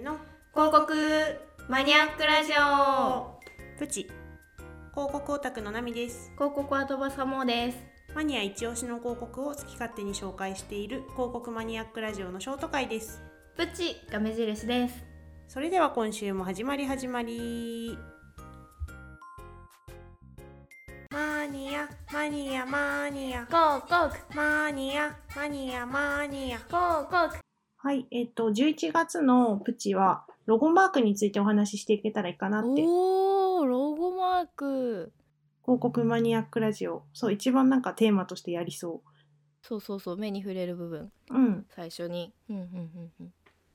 広告マニアックラジオプチ広告オタクのナミです広告は飛ばさもですマニア一押しの広告を好き勝手に紹介している広告マニアックラジオのショート回ですプチが目印ですそれでは今週も始まり始まりマニアマニアマニア広告マニアマニアマニア広告はいえっ、と11月のプチはロゴマークについてお話ししていけたらいいかなっておおロゴマーク広告マニアックラジオそう一番なんかテーマとしてやりそそうそうそう目に触れる部分ううん最初にうんうんうんうん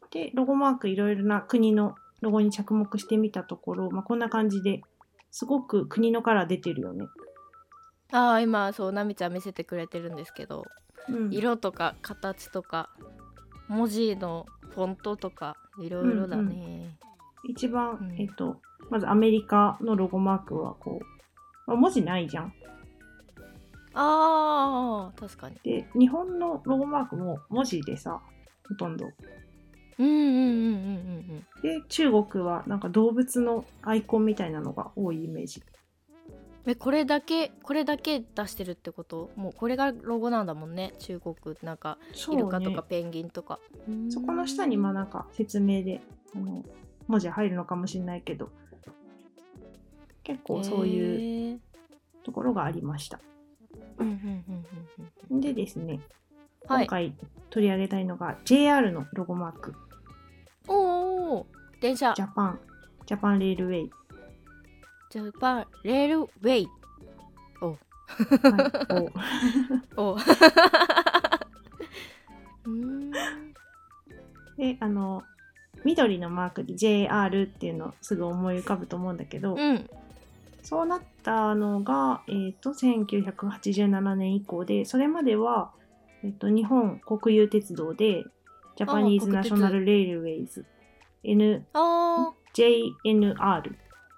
でロゴマークいろいろな国のロゴに着目してみたところ、まあ、こんな感じですごく国のカラー出てるよね、ああ今そうなみちゃん見せてくれてるんですけどうん、色とか形とか文字のフォントとかいろいろだね、一番、うんえっとまずアメリカのロゴマークはこう、まあ、文字ないじゃんあー確かにで日本のロゴマークも文字でさほとんどうんうんうんうんうんうんで中国はなんか動物のアイコンみたいなのが多いイメージえこれだけこれだけ出してるってこともうこれがロゴなんだもんね中国なんかそイルカうとねかペンギンとかうーんそこの下にまあなんか説明であの文字入るのかもしれないけど結構そういへうーところがありました。うんうんうんうんうんうんでですね、は今い回取り上げたいのが JR のロゴマーク、おーおー電車ジャパン、ジャパンレールウ ェイ、ジャパンレールウェイはいをおう ーんで、あの、緑のマークで JR っていうのすぐ思い浮かぶと思うんだけど、うんそうなったのが、えー、と1987年以降でそれまでは、えー、と日本国有鉄道でジャパニーズ・あーナショナル・レールウェイズ NJNR あ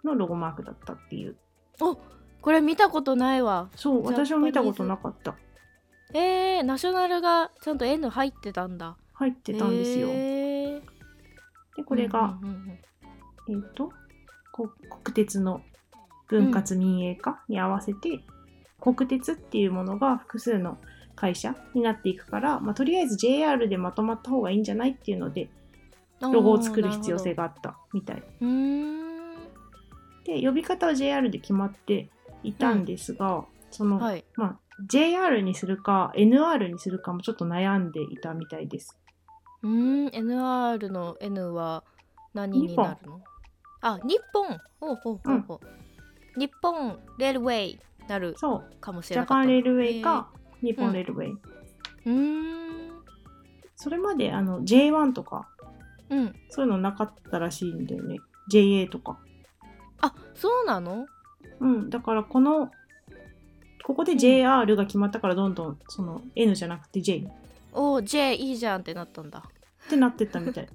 のロゴマークだったっていうーおこれ見たことないわそうジャパニーズ私も見たことなかったえー、ナショナルがちゃんと N 入ってたんだ入ってたんですよ、へーでこれが、うんうんうんうんえー、とこ国鉄の分割民営化に合わせて、国鉄っていうものが複数の会社になっていくから、まあ、とりあえず JR でまとまった方がいいんじゃないっていうのでロゴを作る必要性ががあったみたい。うーんで呼び方は JR で決まっていたんですが、その、はいまあ、JR にするか NR にするかもちょっと悩んでいたみたいです。うーん NR の N は何になるのあ日本ほうほうほうほう、日本レールウェイなるそうかもしジれなャかっパたンレールウェイか日本レールウェイ、へーうーんそれまであの J1 とかうんそういうのなかったらしいんだよね JA とか。あそうなのうん、だからこのここで JR が決まったからどんどんその N じゃなくて J っおー J いいじゃんってなったんだてなってった みたい。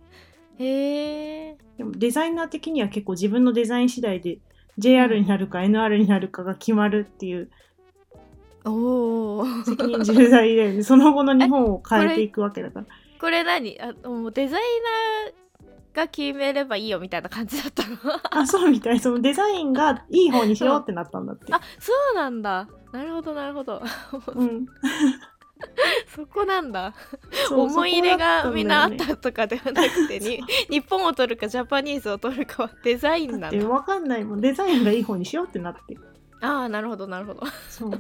へえでもデザイナー的には結構自分のデザイン次第で JR になるか NR になるかが決まるっていうおお責任重大で、ね、その後の日本を変えていくわけだから これ何あもうデザイナーが決めればいいよみたいな感じだったの あそうみたいそのデザインがいい方にしようってなったんだってあそうなんだなるほどなるほど うんそこなんだそう思い入れがみんなあっそこだたとかではなくて に日本を取るかジャパニーズを取るかはデザインんなだよねだってんだ分かんないもんデザインがいい方にしようってなってああなるほどなるほどそう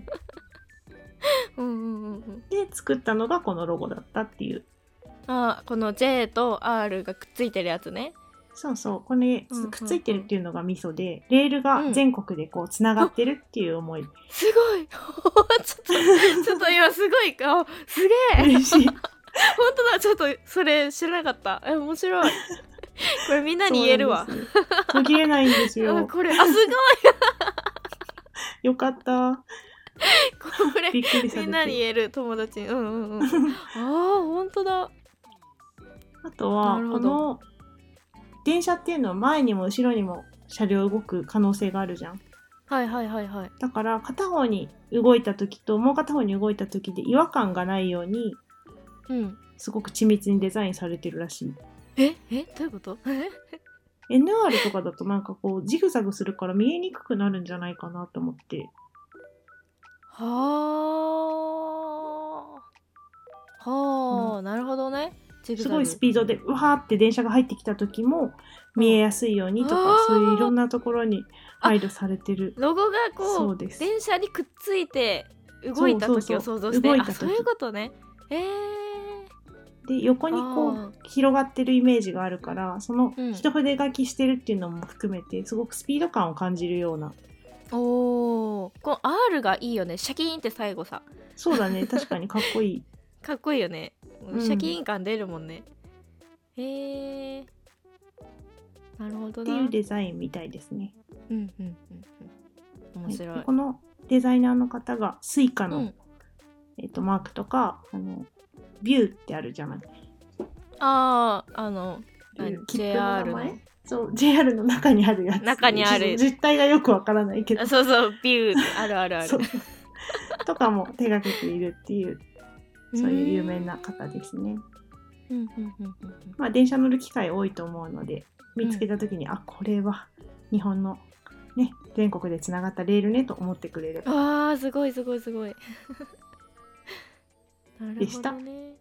うんうんうんうんで作ったのがこのロゴだったっていうああこの J と R がくっついてるやつねそうそうこれうんうんうんくっついてるっていうのがミソでレールが全国でこうつながってるっていう思い、 すごいちょっとちょっと今すごい顔すげ え嬉しい本当だちょっとそれ知らなかったえ面 白いこれみんなに言えるわそうなんですよ。途切れないんですあ よ。これあすごいよかった。こ れびっくりされて。みんなに言える友達にうん うんうんああ本当だあとはなるこほどの電車っていうのは前にも後ろにも車両動く可能性があるじゃん。はいはいはいはいだから片方に動いた時ともう片方に動いた時で違和感がないようにうんすごく緻密にデザインされてるらしい。ええどういうことえ NR とかだとなんかこうジグザグするから見えにくくなるんじゃないかなと思ってはあはあ、なるほどねジグすザごグいスピードでわーって電車が入ってきた時も見えやすいようにとか、あーそういういろんなところに配慮されてるロゴがそこうです。電車にくっついて動いた時をそ想うそうそ像うして動いあた時そういうことねえー、で横にこあう広がってるイメージがあるからそのうん一筆書きしてるっていうのも含めてすごくスピード感を感じるようなおーこの R がいいよねシャキーンって最後さそうだ ね確かにかっこいいかっこいいよね、んシャキーン感出るもんねへえー、なるほどってないうデザインみたいですね。うんうんうんうん面白い、はいこのデザイナーの方が Suica の、うんえっとマークとかあのビューってあるじゃないあああのうん何切符の名 JR 前のそう JR の中にあるやつ中にあるちょっと実態がよくわからないけどあそうそうビューあるあるあるそう とかも手がけているっていうそういう有名な方ですね。うんうんうんうんうんまあ、電車乗る機会多いと思うので見つけた時に、あこれは日本の、ね、全国でつながったレールねと思ってくれればあーすごいすごいすごいなるでほした どね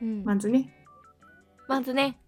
うんまずねまずね